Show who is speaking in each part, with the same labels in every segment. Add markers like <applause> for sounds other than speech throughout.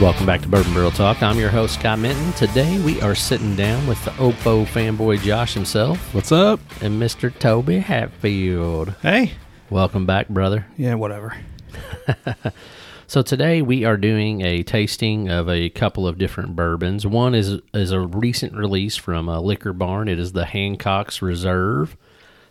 Speaker 1: Welcome back to Bourbon Barrel Talk. I'm your host, Scott Minton. Today we are sitting down with the Oppo fanboy Josh himself
Speaker 2: What's up?
Speaker 1: and Mr. Toby Hatfield.
Speaker 2: Hey.
Speaker 1: Welcome back, brother.
Speaker 2: Yeah, whatever.
Speaker 1: So today we are doing a tasting of a couple of different bourbons. One is is a recent release from uh, Liquor Barn. It is the Hancock's Reserve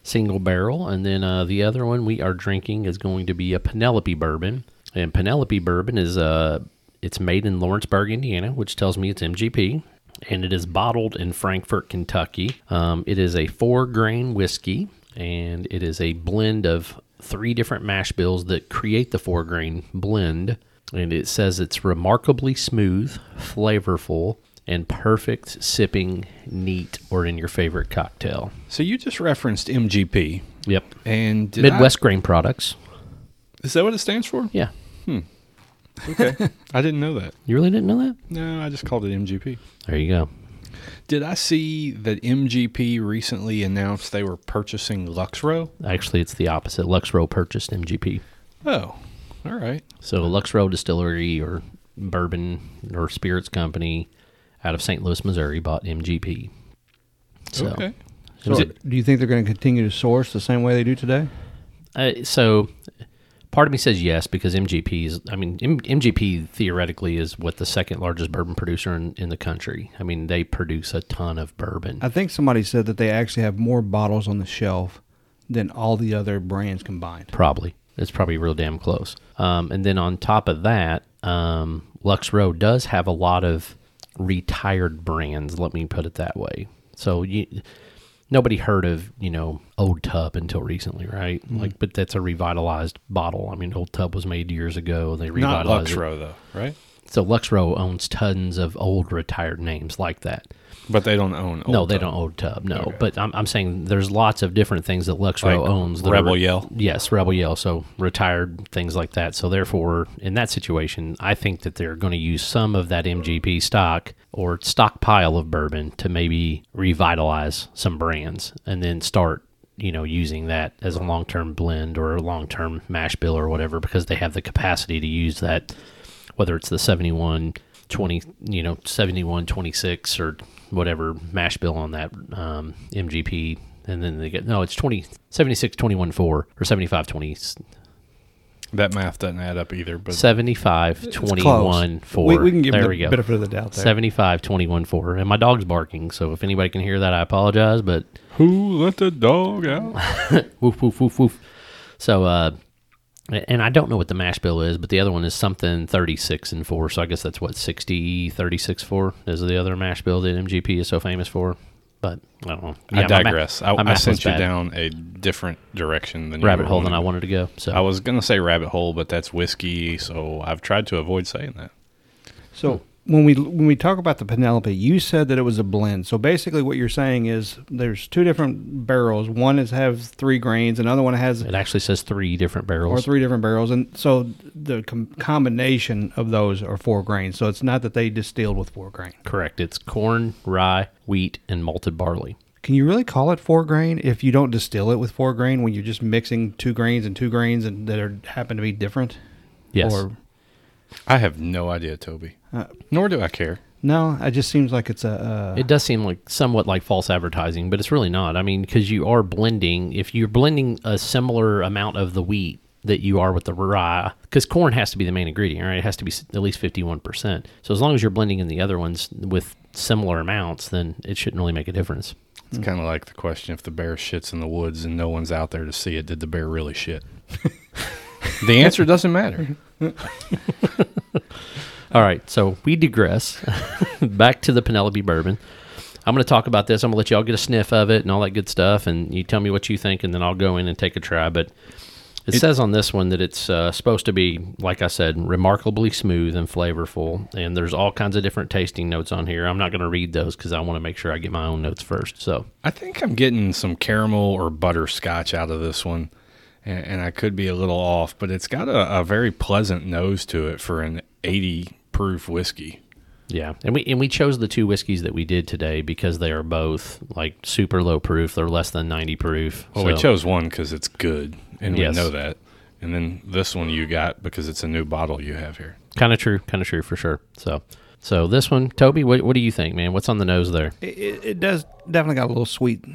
Speaker 1: single barrel, and then uh, the other one we are drinking is going to be a Penelope bourbon. And Penelope bourbon is uh it's made in Lawrenceburg, Indiana, which tells me it's MGP, and it is bottled in Frankfort, Kentucky. Um, it is a four grain whiskey, and it is a blend of three different mash bills that create the four grain blend. And it says it's remarkably smooth, flavorful, and perfect sipping neat or in your favorite cocktail.
Speaker 2: So you just referenced MGP
Speaker 1: Yep.
Speaker 2: and did I-
Speaker 1: Midwest grain products.
Speaker 2: is that what it stands for?
Speaker 1: Yeah.
Speaker 2: Okay. I didn't know that.
Speaker 1: You really didn't know that?
Speaker 2: No, I just called it MGP.
Speaker 1: There you go.
Speaker 2: Did I see that MGP recently announced they were purchasing Luxro?
Speaker 1: Actually, it's the opposite. Luxro purchased MGP.
Speaker 2: Oh, all right.
Speaker 1: So Luxro Distillery or Bourbon or Spirits Company out of St. Louis, Missouri bought MGP. So,
Speaker 2: Okay.
Speaker 3: So
Speaker 1: so,
Speaker 3: do you think they're going to continue to source the same way they do today?
Speaker 1: uh, so part of me says yes because MGP is, I mean, M- MGP theoretically is what the second largest bourbon producer in, in the country. I mean, they produce a ton of bourbon.
Speaker 3: I think somebody said that they actually have more bottles on the shelf than all the other brands combined.
Speaker 1: Probably. It's probably real damn close. Um, and then on top of that, um, Lux Row does have a lot of retired brands, let me put it that way. So you, nobody heard of, you know, Old Tub until recently, right? Like, but that's a revitalized bottle. I mean, Old Tub was made years ago. They
Speaker 2: Not
Speaker 1: revitalized it.
Speaker 2: Luxro though, right?
Speaker 1: So Lux Row owns tons of old retired names like that.
Speaker 2: But they don't own.
Speaker 1: no,
Speaker 2: Old
Speaker 1: they
Speaker 2: Tub.
Speaker 1: don't own Tub. No,
Speaker 2: Okay.
Speaker 1: but I'm, I'm saying there's lots of different things that Lux Row
Speaker 2: Like
Speaker 1: owns. that
Speaker 2: Rebel Yell?
Speaker 1: Yes, Rebel Yell. So retired things like that. So therefore, in that situation, I think that they're going to use some of that MGP stock or stockpile of bourbon to maybe revitalize some brands and then start. You know, using that as a long term blend or a long term mash bill or whatever, because they have the capacity to use that whether it's the 71 20 you know 71 26 or whatever mash bill on that um, mgp and then they get no it's 20 76 21 4 or 75 20
Speaker 2: That math doesn't add up either. But
Speaker 1: 75
Speaker 3: It's
Speaker 1: 21
Speaker 3: close.
Speaker 1: 4
Speaker 3: We, we can give
Speaker 1: there
Speaker 3: them
Speaker 1: we
Speaker 3: the
Speaker 1: go
Speaker 3: benefit of the doubt there.
Speaker 1: 75 21 4 and my dog's barking so if anybody can hear that i apologize but
Speaker 2: who let the dog out?
Speaker 1: woof woof woof woof. So, uh, and I don't know what the mash bill is, but the other one is something 36 and 4. So I guess that's what 60, 36, 4 is the other mash bill that MGP is so famous for. But I don't know.
Speaker 2: I
Speaker 1: Yeah, my ma-
Speaker 2: digress.
Speaker 1: my
Speaker 2: I, I
Speaker 1: math was
Speaker 2: sent you
Speaker 1: bad.
Speaker 2: down a different direction than you
Speaker 1: rabbit
Speaker 2: were
Speaker 1: hole
Speaker 2: wanting
Speaker 1: than I wanted to go. So
Speaker 2: I was gonna say rabbit hole, but that's whiskey, so I've tried to avoid saying that.
Speaker 3: So when we when we talk about the Penelope, you said that it was a blend. So basically, what you're saying is there's two different barrels. One is has three grains, another one has
Speaker 1: it actually says three different
Speaker 3: or
Speaker 1: barrels.
Speaker 3: three different barrels, and so the com- combination of those are four grains. So it's not that they distilled with four grain.
Speaker 1: Correct. It's corn, rye, wheat, and malted barley.
Speaker 3: Can you really call it four grain if you don't distill it with four grain when you're just mixing two grains and two grains and that are, happen to be different?
Speaker 1: Yes.
Speaker 3: Or
Speaker 2: I have no idea, Toby. Nor do I care.
Speaker 3: no, it just seems like it's a. Uh,
Speaker 1: It does seem like somewhat like false advertising, but it's really not. I mean, because you are blending. If you're blending a similar amount of the wheat that you are with the rye, because corn has to be the main ingredient, right? It has to be s- at least fifty-one percent. So as long as you're blending in the other ones with similar amounts, then it shouldn't really make a difference.
Speaker 2: It's kind of like the question if the bear shits in the woods and no one's out there to see it, did the bear really shit? the answer doesn't matter.
Speaker 1: All right, so we digress. <laughs> Back to the Penelope bourbon. I'm going to talk about this. I'm going to let y'all get a sniff of it and all that good stuff, and you tell me what you think, and then I'll go in and take a try. But it, says on this one that it's uh, supposed to be, like I said, remarkably smooth and flavorful. And there's all kinds of different tasting notes on here. I'm not going to read those because I want to make sure I get my own notes first. So
Speaker 2: I think I'm getting some caramel or butterscotch out of this one, and, and I could be a little off, but it's got a, a very pleasant nose to it for an 80 proof whiskey.
Speaker 1: Yeah, and we and we chose the two whiskeys that we did today because they are both like super low proof. They're less than 90 proof.
Speaker 2: Well, we
Speaker 1: So-
Speaker 2: chose one because it's good, and
Speaker 1: Yes.
Speaker 2: we know that. And then this one you got because it's a new bottle you have here.
Speaker 1: Kind of true. Kind of true for sure. So, so this one, Toby, what, what do you think, man? What's on the nose there?
Speaker 3: It, it, it does definitely got a little sweet,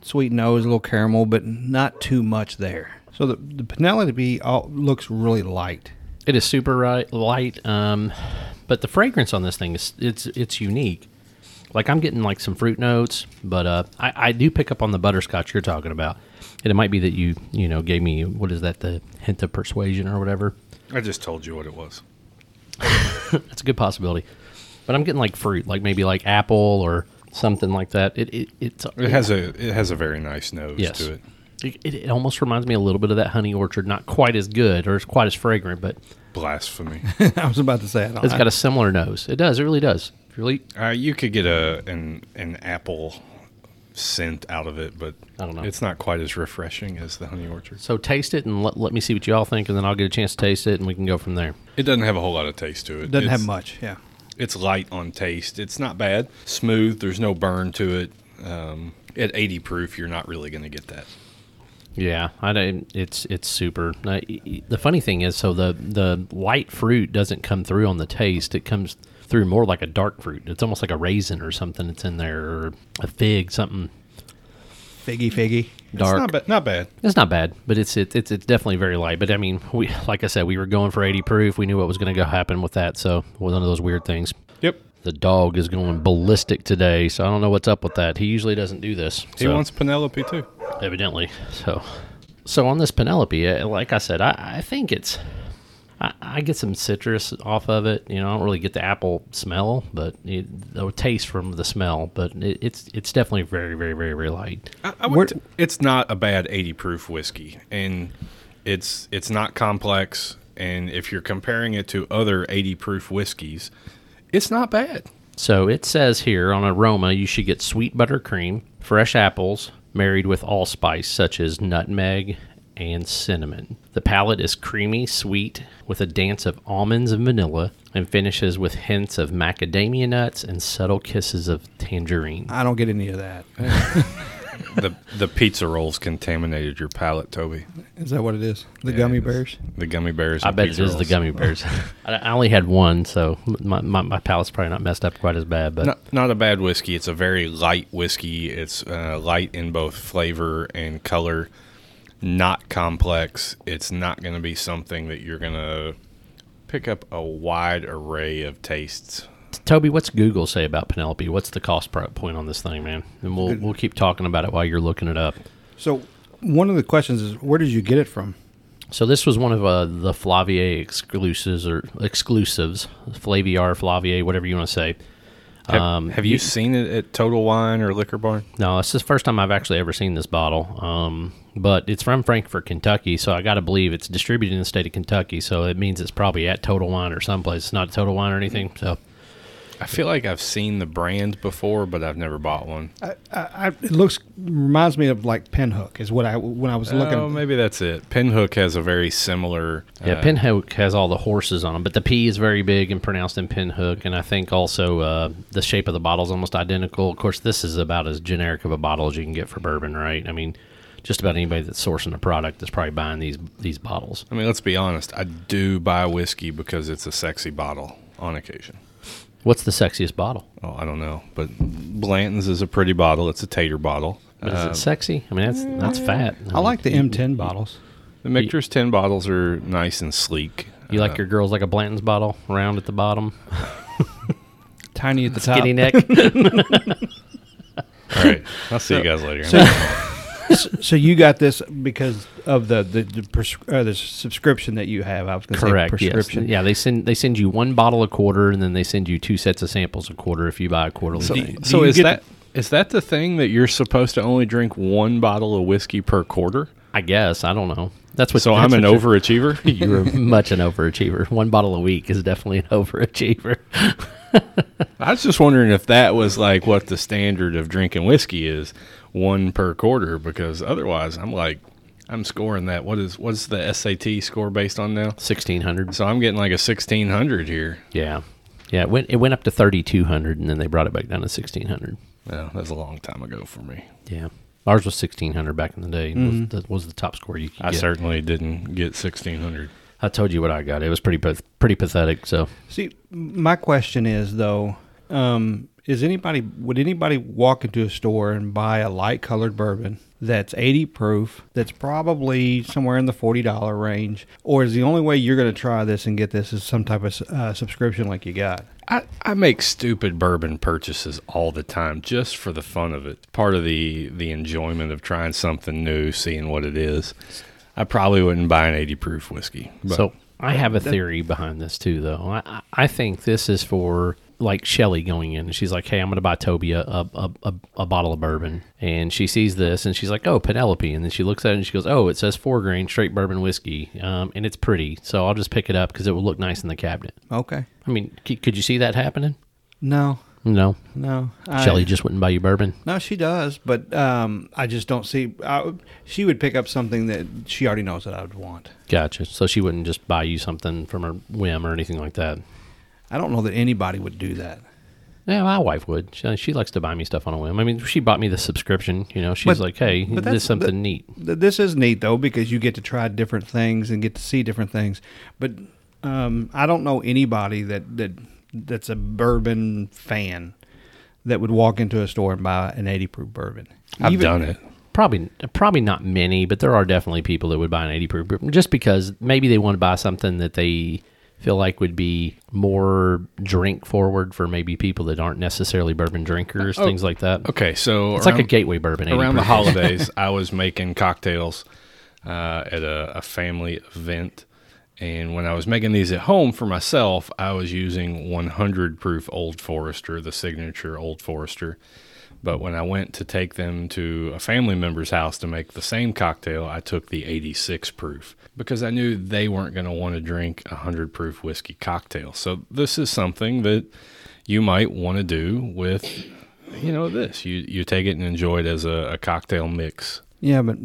Speaker 3: sweet nose, a little caramel, but not too much there. So the, the Penelope all, looks really light. <laughs>
Speaker 1: It is super ri- light, um, but the fragrance on this thing is it's it's unique. Like I'm getting like some fruit notes, but uh, I, I do pick up on the butterscotch you're talking about, and it might be that you you know gave me what is that the hint of persuasion or whatever.
Speaker 2: I just told you what it was.
Speaker 1: That's a good possibility, but I'm getting like fruit, like maybe like apple or something like that. It it it's,
Speaker 2: It has a it has a very nice nose
Speaker 1: Yes.
Speaker 2: to it.
Speaker 1: It, it, it almost reminds me a little bit of that honey orchard, not quite as good or it's quite as fragrant, but <laughs>
Speaker 2: Blasphemy.
Speaker 3: I was about to say it.
Speaker 1: it's got a similar nose. It does. It really does. It's Really,
Speaker 2: uh, you could get a an an apple scent out of it, but
Speaker 1: I don't know.
Speaker 2: It's not quite as refreshing as the honey orchard.
Speaker 1: so taste it and let, let me see what y'all think, and then I'll get a chance to taste it, and we can go from there.
Speaker 2: It doesn't have a whole lot of taste to it.
Speaker 3: doesn't
Speaker 2: It's-
Speaker 3: have much. Yeah.
Speaker 2: It's light on taste. It's not bad. Smooth. There's no burn to it. Um, at 80 proof, you're not really going to get that.
Speaker 1: Yeah, I don't, it's it's super. I- I- the funny thing is, so the the light fruit doesn't come through on the taste. It comes through more like a dark fruit. It's almost like a raisin or something that's in there, or a fig, something
Speaker 3: Figgy, figgy.
Speaker 1: dark.
Speaker 2: It's not, ba- not bad.
Speaker 1: It's not bad, but it's it, it's it's definitely very light. But I mean, we <laughs> like I said, we were going for 80 proof. We knew what was going to go happen with that, so it was one of those weird things.
Speaker 2: Yep.
Speaker 1: The dog is going ballistic today, so I don't know what's up with that. He usually doesn't do this.
Speaker 2: He
Speaker 1: so-
Speaker 2: wants Penelope too.
Speaker 1: evidently. So, so on this Penelope, uh, like I said, I, I think it's. I, I get some citrus off of it. You know, I don't really get the apple smell, but it, the taste from the smell. But it, it's it's definitely very very very very light.
Speaker 2: I, I would t- it's not a bad 80 proof whiskey, and it's it's not complex. And if you're comparing it to other 80 proof whiskeys, it's not
Speaker 1: <laughs>
Speaker 2: bad.
Speaker 1: So it says here on aroma, you should get sweet buttercream, fresh apples, married with allspice such as nutmeg and cinnamon. The palate is creamy, sweet, with a dance of almonds and vanilla, and finishes with hints of macadamia nuts and subtle kisses of tangerine.
Speaker 3: I don't get any
Speaker 2: <laughs>
Speaker 3: of that.
Speaker 2: the the pizza rolls contaminated your palate, Toby.
Speaker 3: Is that what it is? The gummy
Speaker 2: it is.
Speaker 3: bears.
Speaker 2: The gummy bears.
Speaker 1: I
Speaker 2: and
Speaker 1: bet it
Speaker 2: pizza
Speaker 1: is the
Speaker 2: rolls.
Speaker 1: gummy bears. <laughs> I I only had one, so my, my, my palate's probably not messed up quite as bad. But
Speaker 2: Not, not a bad whiskey. It's a very light whiskey. It's uh, light in both flavor and color. Not complex. It's not going to be something that you're going to pick up a wide array of tastes.
Speaker 1: Toby, what's Google say about Penelope? What's the cost pro- point on this thing, man? And we'll we'll keep talking about it while you're looking it up.
Speaker 3: So one of the questions is, where did you get it from?
Speaker 1: So this was one of uh, the Flavier exclusives or exclusives, Flaviar, Flavier, whatever you want to say.
Speaker 2: Have,
Speaker 1: Um,
Speaker 2: have you, seen it at Total Wine or Liquor Barn?
Speaker 1: No, it's the first time I've actually ever seen this bottle. Um, but it's from Frankfort, Kentucky, so I got to believe it's distributed in the state of Kentucky. So it means it's probably at Total Wine or someplace. It's not Total Wine or anything. So
Speaker 2: I feel like I've seen the brand before, but I've never bought one.
Speaker 3: I, it looks reminds me of like Pinhook is what I when I was looking.
Speaker 2: Oh, maybe that's it. Pinhook has a very similar.
Speaker 1: yeah, Pinhook has all the horses on them, but the P is very big and pronounced in Pinhook, and I think also uh, the shape of the bottle is almost identical. Of course, this is about as generic of a bottle as you can get for bourbon, right? I mean, just about anybody that's sourcing a product is probably buying these these bottles.
Speaker 2: I mean, let's be honest. I do buy whiskey because it's a sexy bottle on occasion.
Speaker 1: What's the sexiest bottle?
Speaker 2: Oh, I don't know, but Blanton's is a pretty bottle. It's a tater bottle.
Speaker 1: But is it sexy? I mean, that's that's fat.
Speaker 3: I like the M10 bottles.
Speaker 2: The Michter's ten bottles are nice and sleek.
Speaker 1: You like your girls like a Blanton's bottle, round at the bottom,
Speaker 3: Tiny at the top.
Speaker 1: skinny neck.
Speaker 2: <laughs> All <laughs> right, I'll see you guys later.
Speaker 1: <laughs>
Speaker 3: So you got this because of the the the, pres- uh, the subscription that you have. I was going to say
Speaker 1: Correct. Yes.
Speaker 3: prescription.
Speaker 1: Yeah, they send they send you one bottle a quarter, and then they send you two sets of samples a quarter if you buy a quarterly
Speaker 2: so
Speaker 1: thing.
Speaker 2: so
Speaker 3: you
Speaker 2: is
Speaker 3: get
Speaker 2: that is that the thing that you're supposed to only drink one bottle of whiskey per quarter?
Speaker 1: I guess I don't know. That's what.
Speaker 2: So
Speaker 1: that's
Speaker 2: I'm an
Speaker 1: what you're- <laughs>
Speaker 2: overachiever.
Speaker 1: You're much an overachiever. One bottle a week is definitely an <laughs> overachiever.
Speaker 2: I was just wondering if that was like what the standard of drinking whiskey is, one per quarter, because otherwise I'm like, I'm scoring that. What is what's the SAT score based on now?
Speaker 1: Sixteen hundred.
Speaker 2: So I'm getting like a 1600 here.
Speaker 1: Yeah, yeah. It went it went up to thirty two hundred, and then they brought it back down to sixteen hundred.
Speaker 2: Well, that's a long time ago for me.
Speaker 1: Yeah, Mm-hmm. ours was sixteen hundred back in the day. and Was, that was the top score you could
Speaker 2: I
Speaker 1: get.
Speaker 2: certainly didn't get 1600.
Speaker 1: I told you what I got. It was pretty path- pretty pathetic. So
Speaker 3: See, my question is though, um, is anybody would anybody walk into a store and buy a light colored bourbon that's 80 proof, that's probably somewhere in the $40 range, or is the only way you're going to try this and get this is some type of uh, subscription like you got?
Speaker 2: I, I make stupid bourbon purchases all the time just for the fun of it. Part of the the enjoyment of trying something new, seeing what it is. I probably wouldn't buy an 80 proof whiskey. But
Speaker 1: so I have a theory behind this too, though. I- I, I think this is for like Shelly going in. and She's like, "Hey, I'm going to buy Toby a, a, a, a, a bottle of bourbon," and she sees this and she's like, "Oh, Penelope," and then she looks at it and she goes, "Oh, it says four grain straight bourbon whiskey, um, and it's pretty, so I'll just pick it up because it will look nice in the cabinet."
Speaker 3: Okay.
Speaker 1: I mean, c- could you see that happening?
Speaker 3: No.
Speaker 1: No,
Speaker 3: No. I-
Speaker 1: Shelly just wouldn't buy you bourbon.
Speaker 3: No, she does, but um, I just don't see. I, she would pick up something that she already knows that I would want.
Speaker 1: Gotcha. So she wouldn't just buy you something from her whim or anything like that.
Speaker 3: I don't know that anybody would do that.
Speaker 1: Yeah, my wife would. She, she likes to buy me stuff on a whim. I mean, she bought me the subscription. You know, she's
Speaker 3: But-
Speaker 1: like, "Hey,
Speaker 3: but
Speaker 1: this
Speaker 3: that's-
Speaker 1: is something
Speaker 3: that-
Speaker 1: neat."
Speaker 3: Th- This is neat though because you get to try different things and get to see different things. But um, I don't know anybody that that that's a bourbon fan that would walk into a store and buy an 80 proof bourbon.
Speaker 2: I've
Speaker 3: Even-
Speaker 2: done it.
Speaker 1: Probably, probably not many, but there are definitely people that would buy an eighty proof bourbon just because maybe they want to buy something that they feel like would be more drink forward for maybe people that aren't necessarily bourbon drinkers, things like that.
Speaker 2: Oh, Okay, so
Speaker 1: It's like a
Speaker 2: around-
Speaker 1: gateway bourbon. 80
Speaker 2: around the
Speaker 1: proof.
Speaker 2: holidays, I was making cocktails uh, at a, a family event. And when I was making these at home for myself, I was using 100 proof Old Forester, the signature Old Forester. But when I went to take them to a family member's house to make the same cocktail, I took the 86 proof because I knew they weren't going to want to drink a 100 proof whiskey cocktail. So this is something that you might want to do with you know this you you take it and enjoy it as a, a cocktail mix
Speaker 3: Yeah, but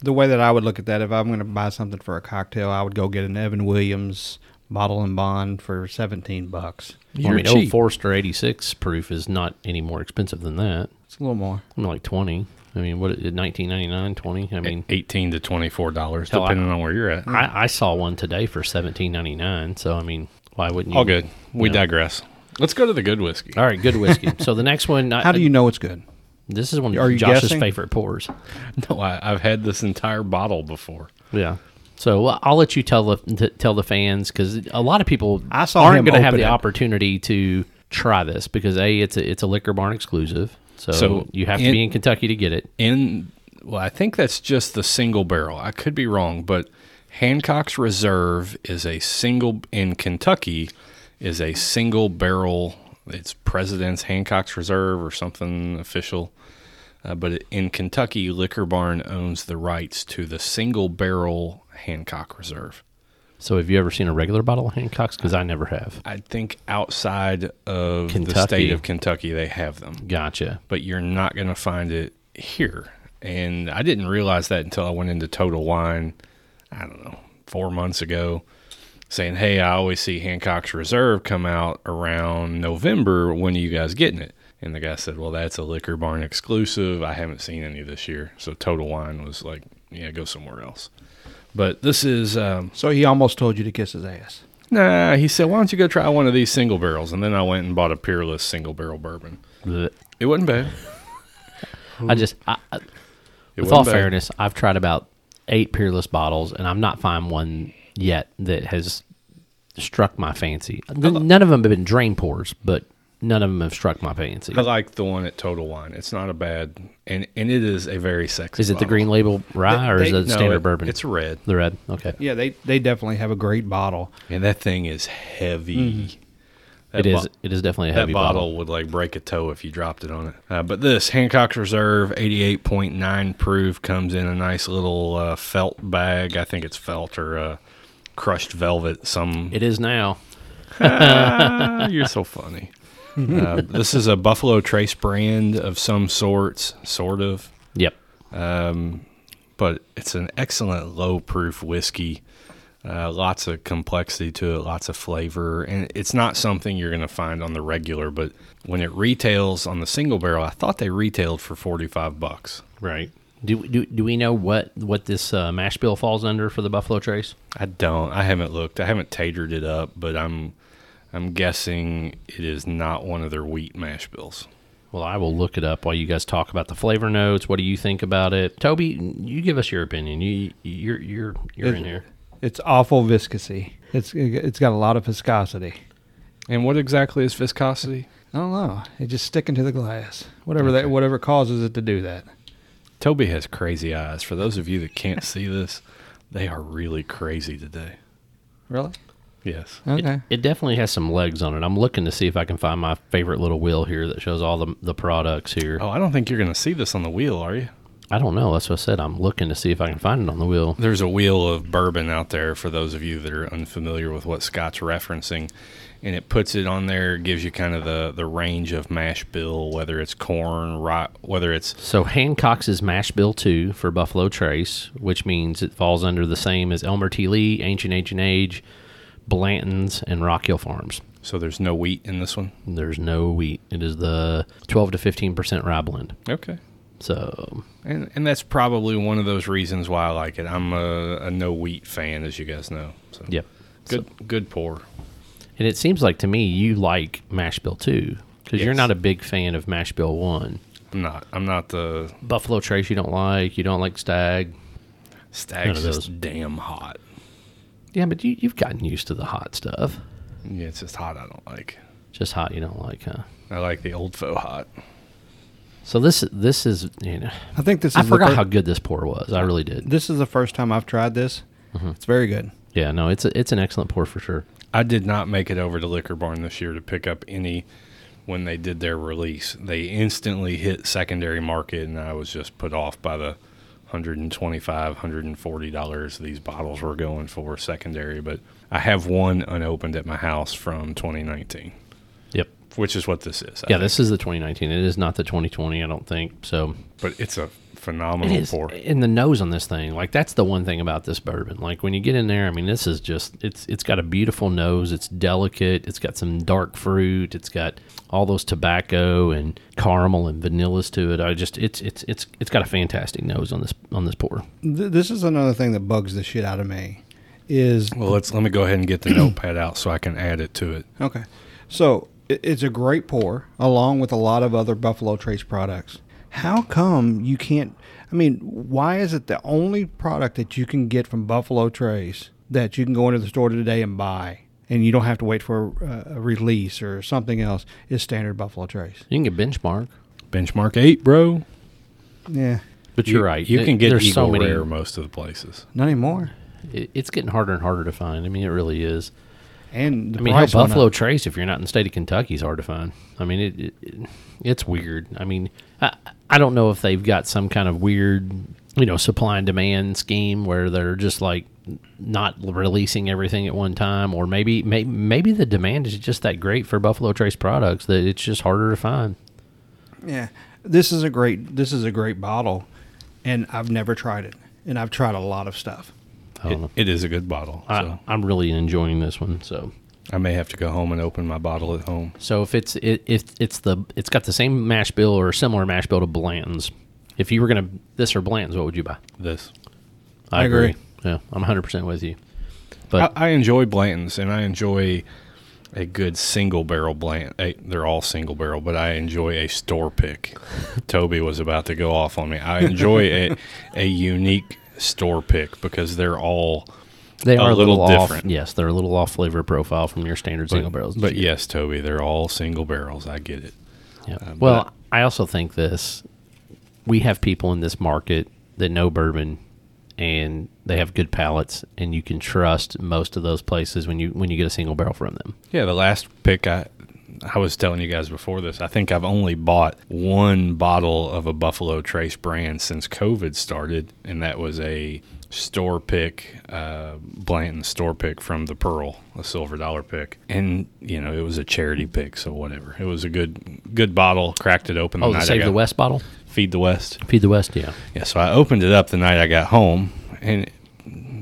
Speaker 3: the way that I would look at that, if I'm going to buy something for a cocktail, I would go get an Evan Williams bottle and bond for 17 bucks.
Speaker 1: Well, I mean, Old Forester eighty six proof is not any more expensive than that.
Speaker 3: It's a little more.
Speaker 1: I mean, like twenty. I mean, what nineteen ninety nine twenty? I mean,
Speaker 2: 18 to 24 dollars
Speaker 1: Hell, I-
Speaker 2: depending on where you're at
Speaker 1: I, I saw one today for seventeen ninety nine. So I mean, why wouldn't you?
Speaker 2: all good we digress let's go to the good whiskey
Speaker 1: All right, good whiskey. so the next one, I,
Speaker 3: How do you know it's good?
Speaker 1: This is one
Speaker 3: Are
Speaker 1: of
Speaker 3: you
Speaker 1: Josh's
Speaker 3: guessing?
Speaker 1: favorite pours.
Speaker 2: no I, i've had this entire bottle before
Speaker 1: Yeah. So uh, I'll let you tell the t- tell the fans because a lot of people
Speaker 3: I saw him
Speaker 1: aren't going to have
Speaker 3: open
Speaker 1: the
Speaker 3: it.
Speaker 1: opportunity to try this because a it's a it's a liquor barn exclusive. So,
Speaker 2: So
Speaker 1: you have to
Speaker 2: in-
Speaker 1: be in Kentucky to get it.
Speaker 2: in well i think that's just the single barrel i could be wrong but hancock's reserve is a single in kentucky is a single barrel it's president's hancock's reserve or something official uh, but in kentucky liquor barn owns the rights to the single barrel hancock reserve
Speaker 1: So have you ever seen a regular bottle of Hancock's? Because I never have.
Speaker 2: i think outside of the
Speaker 1: Kentucky.
Speaker 2: state of kentucky they have them
Speaker 1: Gotcha.
Speaker 2: but you're not going to find it here. And I didn't realize that until I went into Total Wine, I don't know, four months ago, saying, Hey, I always see Hancock's Reserve come out around November. When are you guys getting it? And the guy said, Well, that's a liquor barn exclusive. I haven't seen any this year. So Total Wine was like, Yeah, go somewhere else. But this is, um,
Speaker 3: So he almost told you to kiss his ass.
Speaker 2: nah, he said, Why don't you go try one of these single barrels? And then I went and bought a Peerless single barrel bourbon.
Speaker 1: Blech.
Speaker 2: It wasn't bad.
Speaker 1: I just, I, I-
Speaker 2: It
Speaker 1: with
Speaker 2: wasn't
Speaker 1: all
Speaker 2: bad.
Speaker 1: fairness, I've tried about eight Peerless bottles, and I'm not finding one yet that has struck my fancy. N- None of them have been drain pours, but none of them have struck my fancy.
Speaker 2: I like the one at Total Wine. It's not a bad, and and it is a very sexy.
Speaker 1: Is it the
Speaker 2: bottle.
Speaker 1: green label rye or is
Speaker 3: they-
Speaker 1: it
Speaker 2: No,
Speaker 1: standard
Speaker 2: it-
Speaker 1: bourbon?
Speaker 2: It's red,
Speaker 1: the red. Okay.
Speaker 3: Yeah, they, they definitely have a great bottle.
Speaker 2: and that thing is heavy. That
Speaker 1: Mm-hmm. It is.
Speaker 2: bo-
Speaker 1: It is definitely a
Speaker 2: that
Speaker 1: heavy
Speaker 2: bottle,
Speaker 1: bottle.
Speaker 2: would like break a toe if you dropped it on it. Uh, but this Hancock's Reserve 88.9 proof comes in a nice little uh, felt bag. I think it's felt or uh, crushed
Speaker 1: <laughs>
Speaker 2: velvet. Some
Speaker 1: It is now.
Speaker 2: Ah, you're so funny. Uh, this is a Buffalo Trace brand of some sorts, sort of.
Speaker 1: Yep.
Speaker 2: but it's an excellent low proof whiskey. Uh, lots of complexity to it, lots of flavor, and it's not something you're going to find on the regular. But when it retails on the single barrel, I thought they retailed for forty five bucks,
Speaker 1: Right. Do, do, do we know what what this uh, mash bill falls under for the Buffalo Trace?
Speaker 2: I don't. I haven't looked. I haven't tatered it up, but I'm I'm guessing it is not one of their wheat mash bills.
Speaker 1: Well, I will look it up while you guys talk about the flavor notes. What do you think about it, Toby? You give us your opinion. You you're you're you're in here.
Speaker 3: It's awful viscousy. It's it's got a lot of viscosity.
Speaker 2: And what exactly is viscosity?
Speaker 3: I don't know. It's just sticking to the glass. Whatever that whatever causes it to do that.
Speaker 2: Toby has crazy eyes. For those of you that can't see this, they are really crazy today.
Speaker 3: Really?
Speaker 2: Yes.
Speaker 3: Okay.
Speaker 1: It, it definitely has some legs on it. I'm looking to see if I can find my favorite little wheel here that shows all the the products here.
Speaker 2: Oh, I don't think you're going to see this on the wheel, are you?
Speaker 1: I don't know. That's what I said. I'm looking to see if I can find it on the wheel.
Speaker 2: There's a wheel of bourbon out there for those of you that are unfamiliar with what Scott's referencing, and it puts it on there, gives you kind of the, the range of mash bill, whether it's corn, rot, whether it's
Speaker 1: So Hancock's is mash bill two for Buffalo Trace, which means it falls under the same as Elmer T. Lee, Ancient Ancient Age, Blanton's, and Rock Hill Farms.
Speaker 2: so there's no wheat in this one.
Speaker 1: There's no wheat. It is the 12 to 15 percent rye blend.
Speaker 2: Okay.
Speaker 1: So
Speaker 2: And and that's probably one of those reasons why I like it. I'm a, a no wheat fan, as you guys know. So
Speaker 1: yep.
Speaker 2: good good pour.
Speaker 1: And it seems like to me you like mash bill two because you're
Speaker 2: Yes.
Speaker 1: not a big fan of mash bill one.
Speaker 2: I'm not I'm not the
Speaker 1: Buffalo Trace you don't like. You don't like Stag. None
Speaker 2: stag's
Speaker 1: of
Speaker 2: just
Speaker 1: those.
Speaker 2: damn hot.
Speaker 1: Yeah, but you, you've gotten used to the hot stuff.
Speaker 2: Yeah, it's just hot. I don't like.
Speaker 1: Just hot you don't like, huh?
Speaker 2: I like the old faux hot.
Speaker 1: So this this is you know
Speaker 3: I think this is
Speaker 1: I forgot
Speaker 3: the fir-
Speaker 1: how good this pour was. I really did.
Speaker 3: this is the first time I've tried this. It's very good.
Speaker 1: Yeah, no, it's a, it's an excellent pour for sure.
Speaker 2: I did not make it over to Liquor Barn this year to pick up any when they did their release. They instantly hit secondary market, and I was just put off by the 125 $140 these bottles were going for secondary. But I have one unopened at my house from 2019,
Speaker 1: Yep.
Speaker 2: which is what this is. I
Speaker 1: Yeah,
Speaker 2: think.
Speaker 1: this is the 2019. It is not the 2020, I don't think. So
Speaker 2: But it's a
Speaker 1: it
Speaker 2: phenomenal
Speaker 1: is
Speaker 2: pour.
Speaker 1: in the nose on this thing. Like that's the one thing about this bourbon. Like when you get in there, I mean, this is just it's it's got a beautiful nose. It's delicate. It's got some dark fruit. It's got all those tobacco and caramel and vanillas to it. I just it's it's it's it's got a fantastic nose on this on this pour.
Speaker 3: Th- this is another thing that bugs the shit out of me. Is
Speaker 2: Well, let's let me go ahead and get the <clears throat> notepad out so I can add it to it.
Speaker 3: Okay. So i- it's a great pour along with a lot of other Buffalo Trace products. How come you can't? I mean, why is it the only product that you can get from Buffalo Trace that you can go into the store today and buy? And you don't have to wait for a, a release or something else. Is standard Buffalo Trace?
Speaker 1: You can get benchmark,
Speaker 2: Benchmark eight, bro.
Speaker 3: Yeah,
Speaker 1: but you're right.
Speaker 2: You
Speaker 1: There-
Speaker 2: can get
Speaker 1: there's
Speaker 2: Eagle
Speaker 1: so many
Speaker 2: Rare most of the places.
Speaker 3: not anymore.
Speaker 1: it, it's getting harder and harder to find. I mean, it really is.
Speaker 3: And the
Speaker 1: I mean, hell,
Speaker 3: price went
Speaker 1: Buffalo
Speaker 3: up.
Speaker 1: Trace, if you're not in the state of Kentucky, is hard to find. I mean, it, it, it it's weird. I mean, I, I don't know if they've got some kind of weird, you know, supply and demand scheme where they're just like not releasing everything at one time, or maybe maybe, maybe the demand is just that great for Buffalo Trace products that it's just harder to find.
Speaker 3: Yeah, this is a great this is a great bottle, and I've never tried it. And I've tried a lot of stuff.
Speaker 1: I don't know.
Speaker 2: It, it is a good bottle.
Speaker 1: I,
Speaker 2: so.
Speaker 1: I'm really enjoying this one. So
Speaker 2: I may have to go home and open my bottle at home.
Speaker 1: So if it's it, if it's the it's got the same mash bill or similar mash bill to Blanton's, if you were gonna this or Blanton's, what would you buy?
Speaker 2: This.
Speaker 1: I,
Speaker 3: I agree.
Speaker 1: Yeah, I'm 100 percent with you.
Speaker 2: I,
Speaker 1: But
Speaker 2: I enjoy Blanton's and I enjoy a good single barrel Blant. eh, They're all single barrel, but I enjoy a
Speaker 1: <laughs>
Speaker 2: store pick. Toby was about to go off on me. I enjoy a, a unique store pick because they're all.
Speaker 1: they
Speaker 2: a
Speaker 1: are a little,
Speaker 2: little
Speaker 1: off.
Speaker 2: different.
Speaker 1: Yes, they're a little off flavor profile from your standard single barrels.
Speaker 2: But yes, Toby, they're all single barrels. I get it.
Speaker 1: Yeah. well, I also think this. We have people in this market that know bourbon, and they have good palates, and you can trust most of those places when you when you get a single barrel from them.
Speaker 2: Yeah, the last pick I I was telling you guys before this, I think I've only bought one bottle of a Buffalo Trace brand since COVID started, and that was a store pick, uh, Blanton store pick from the Pearl, a silver dollar pick, and you know it was a charity pick, so whatever. It was a good good bottle. Cracked it open. The
Speaker 1: Oh,
Speaker 2: night
Speaker 1: the
Speaker 2: I
Speaker 1: Save the
Speaker 2: got-
Speaker 1: West bottle,
Speaker 2: Feed the West.
Speaker 1: feed the West. Yeah.
Speaker 2: Yeah, so I opened it up the night I got home, and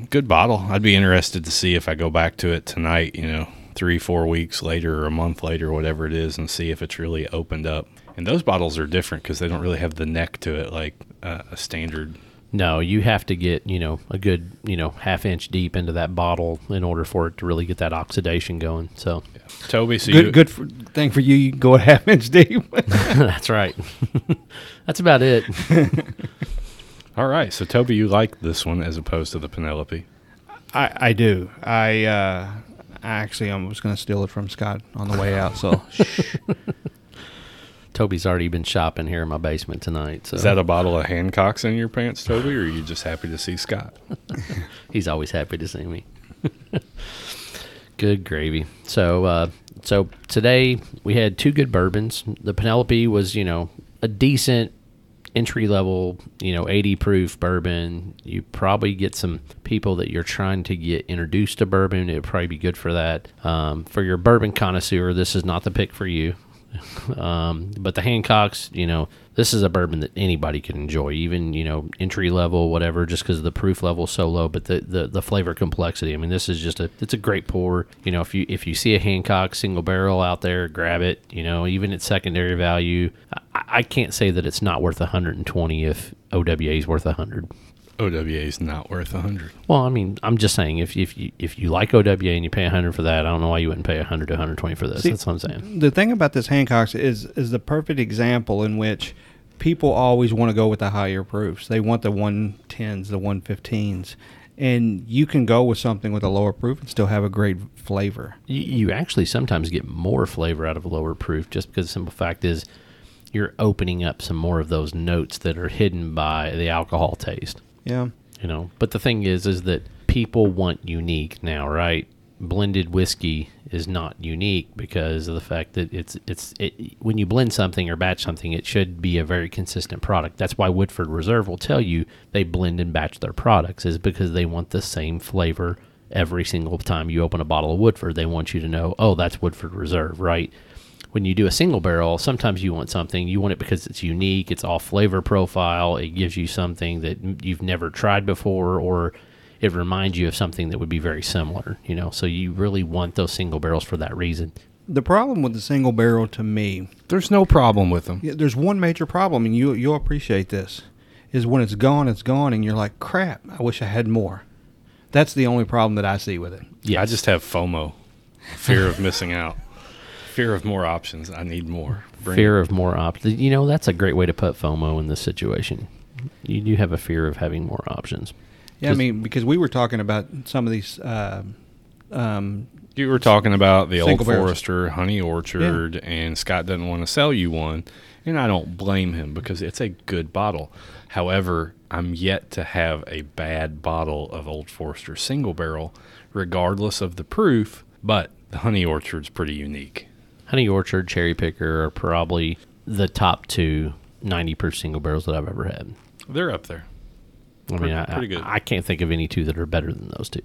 Speaker 2: good bottle. I'd be interested to see if I go back to it tonight. You know, three, four weeks later or a month later, whatever it is, and see if it's really opened up. And those bottles are different because they don't really have the neck to it like uh, a standard.
Speaker 1: No, you have to get, you know, a good, you know, half inch deep into that bottle in order for it to really get that oxidation going. So <laughs>
Speaker 2: Toby, so
Speaker 3: Good,
Speaker 2: you,
Speaker 3: good for, thing for you. You can go a <laughs> half inch deep.
Speaker 1: that's right. <laughs> that's about it.
Speaker 2: all right. So Toby, you like this one as opposed to the Penelope.
Speaker 3: I, I do. I uh, I actually I was going to steal it from Scott on the way out. <laughs> So
Speaker 1: Toby's already been shopping here in my basement tonight. So
Speaker 2: Is that a bottle of Hancock's in your pants, Toby, or are you just happy to see Scott?
Speaker 1: he's always happy to see me. <laughs> good gravy. So, uh, so today we had two good bourbons. The Penelope was, you know, a decent entry level, you know, 80 proof bourbon. You probably get some people that you're trying to get introduced to bourbon. It would probably be good for that. Um, for your bourbon connoisseur, this is not the pick for you. Um, but the Hancocks, you know, this is a bourbon that anybody can enjoy, even you know entry level, whatever, just because the proof level is so low. But the, the the flavor complexity, I mean, this is just a it's a great pour. You know, if you if you see a Hancock single barrel out there, grab it. You know, even at secondary value, I, I can't say that it's not worth 120 if OWA is worth 100.
Speaker 2: OWA is not worth a hundred.
Speaker 1: Well, I mean, I'm just saying if if you if you like OWA and you pay 100 for that, I don't know why you wouldn't pay 100 to 120 for this. That's what I'm saying.
Speaker 3: the thing about this Hancock's is is the perfect example in which people always want to go with the higher proofs. They want the one tens, the one fifteens, and you can go with something with a lower proof and still have a great flavor.
Speaker 1: you, you actually sometimes get more flavor out of lower proof just because the simple fact is you're opening up some more of those notes that are hidden by the alcohol taste
Speaker 3: Yeah.
Speaker 1: you know but the thing is is that people want unique now right blended whiskey is not unique because of the fact that it's it's it, when you blend something or batch something it should be a very consistent product that's why woodford reserve will tell you they blend and batch their products is because they want the same flavor every single time you open a bottle of woodford they want you to know oh that's woodford reserve right when you do a single barrel, sometimes you want something. You want it because it's unique. It's all flavor profile. It gives you something that you've never tried before, or it reminds you of something that would be very similar. You know, so you really want those single barrels for that reason.
Speaker 3: The problem with the single barrel to me,
Speaker 2: There's no problem with them.
Speaker 3: yeah, there's one major problem, and you you'll appreciate this, is when it's gone, it's gone, and you're like, crap, I wish I had more. That's the only problem that I see with it.
Speaker 1: Yes.
Speaker 2: I just have FOMO, fear of missing out, fear of more options. I need more. Bring
Speaker 1: Fear of more options. You know, that's a great way to put FOMO in this situation. You do have a fear of having more options.
Speaker 3: Yeah, I
Speaker 1: 'Cause-
Speaker 3: mean, because we were talking about some of these. Uh, um,
Speaker 2: You were talking about the
Speaker 3: Single
Speaker 2: old
Speaker 3: barrels.
Speaker 2: Forester Honey Orchard, and Scott doesn't want to sell you one, and I don't blame him because it's a good bottle. However, I'm yet to have a bad bottle of Old Forester Single Barrel, regardless of the proof. But the Honey Orchard's pretty unique.
Speaker 1: Honey Orchard, Cherry Picker are probably the top two 90 proof single barrels that I've ever had.
Speaker 2: They're up there.
Speaker 1: I mean, I,
Speaker 2: pretty good.
Speaker 1: I, I can't think of any two that are better than those two.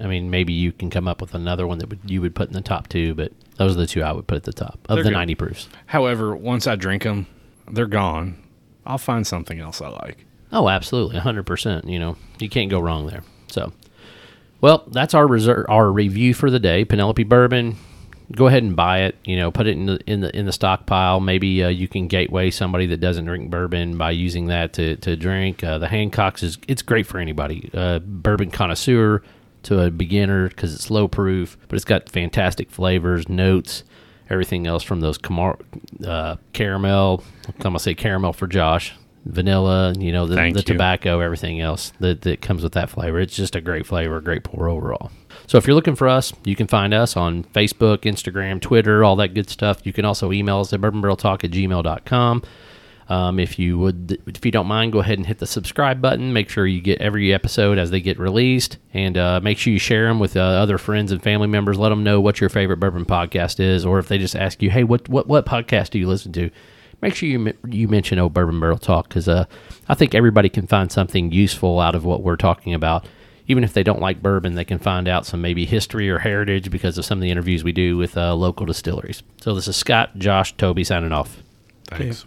Speaker 1: I mean, maybe you can come up with another one that would, you would put in the top two, but those are the two I would put at the top of
Speaker 2: They're
Speaker 1: the
Speaker 2: good.
Speaker 1: 90 proofs.
Speaker 2: However, once I drink them, they're gone. I'll find something else I like.
Speaker 1: Oh, absolutely, 100%. You know, you can't go wrong there. So, well, that's our reserve, our review for the day. Penelope Bourbon. Go ahead and buy it. You know, put it in the in the in the stockpile. Maybe uh, you can gateway somebody that doesn't drink bourbon by using that to to drink. Uh, the Hancock's is it's great for anybody, uh, bourbon connoisseur to a beginner because it's low proof, but it's got fantastic flavors, notes, everything else from those camar- uh, caramel. I'm gonna say caramel for Josh, vanilla. You know, the,
Speaker 2: Thank
Speaker 1: the
Speaker 2: you.
Speaker 1: tobacco tobacco, everything else that, that comes with that flavor. It's just a great flavor, great pour overall. So if you're looking for us, you can find us on Facebook, Instagram, Twitter, all that good stuff. You can also email us at bourbonbarreltalk at gmail.com. Um, if you would, if you don't mind, go ahead and hit the subscribe button. Make sure you get every episode as they get released, and uh, make sure you share them with uh, other friends and family members. Let them know what your favorite bourbon podcast is, or if they just ask you, "Hey, what what what podcast do you listen to?" make sure you men- you mention old bourbon barrel talk because uh, I think everybody can find something useful out of what we're talking about. Even if they don't like bourbon, they can find out some maybe history or heritage because of some of the interviews we do with uh, local distilleries. So this is Scott, Josh, Toby signing off.
Speaker 2: Thanks.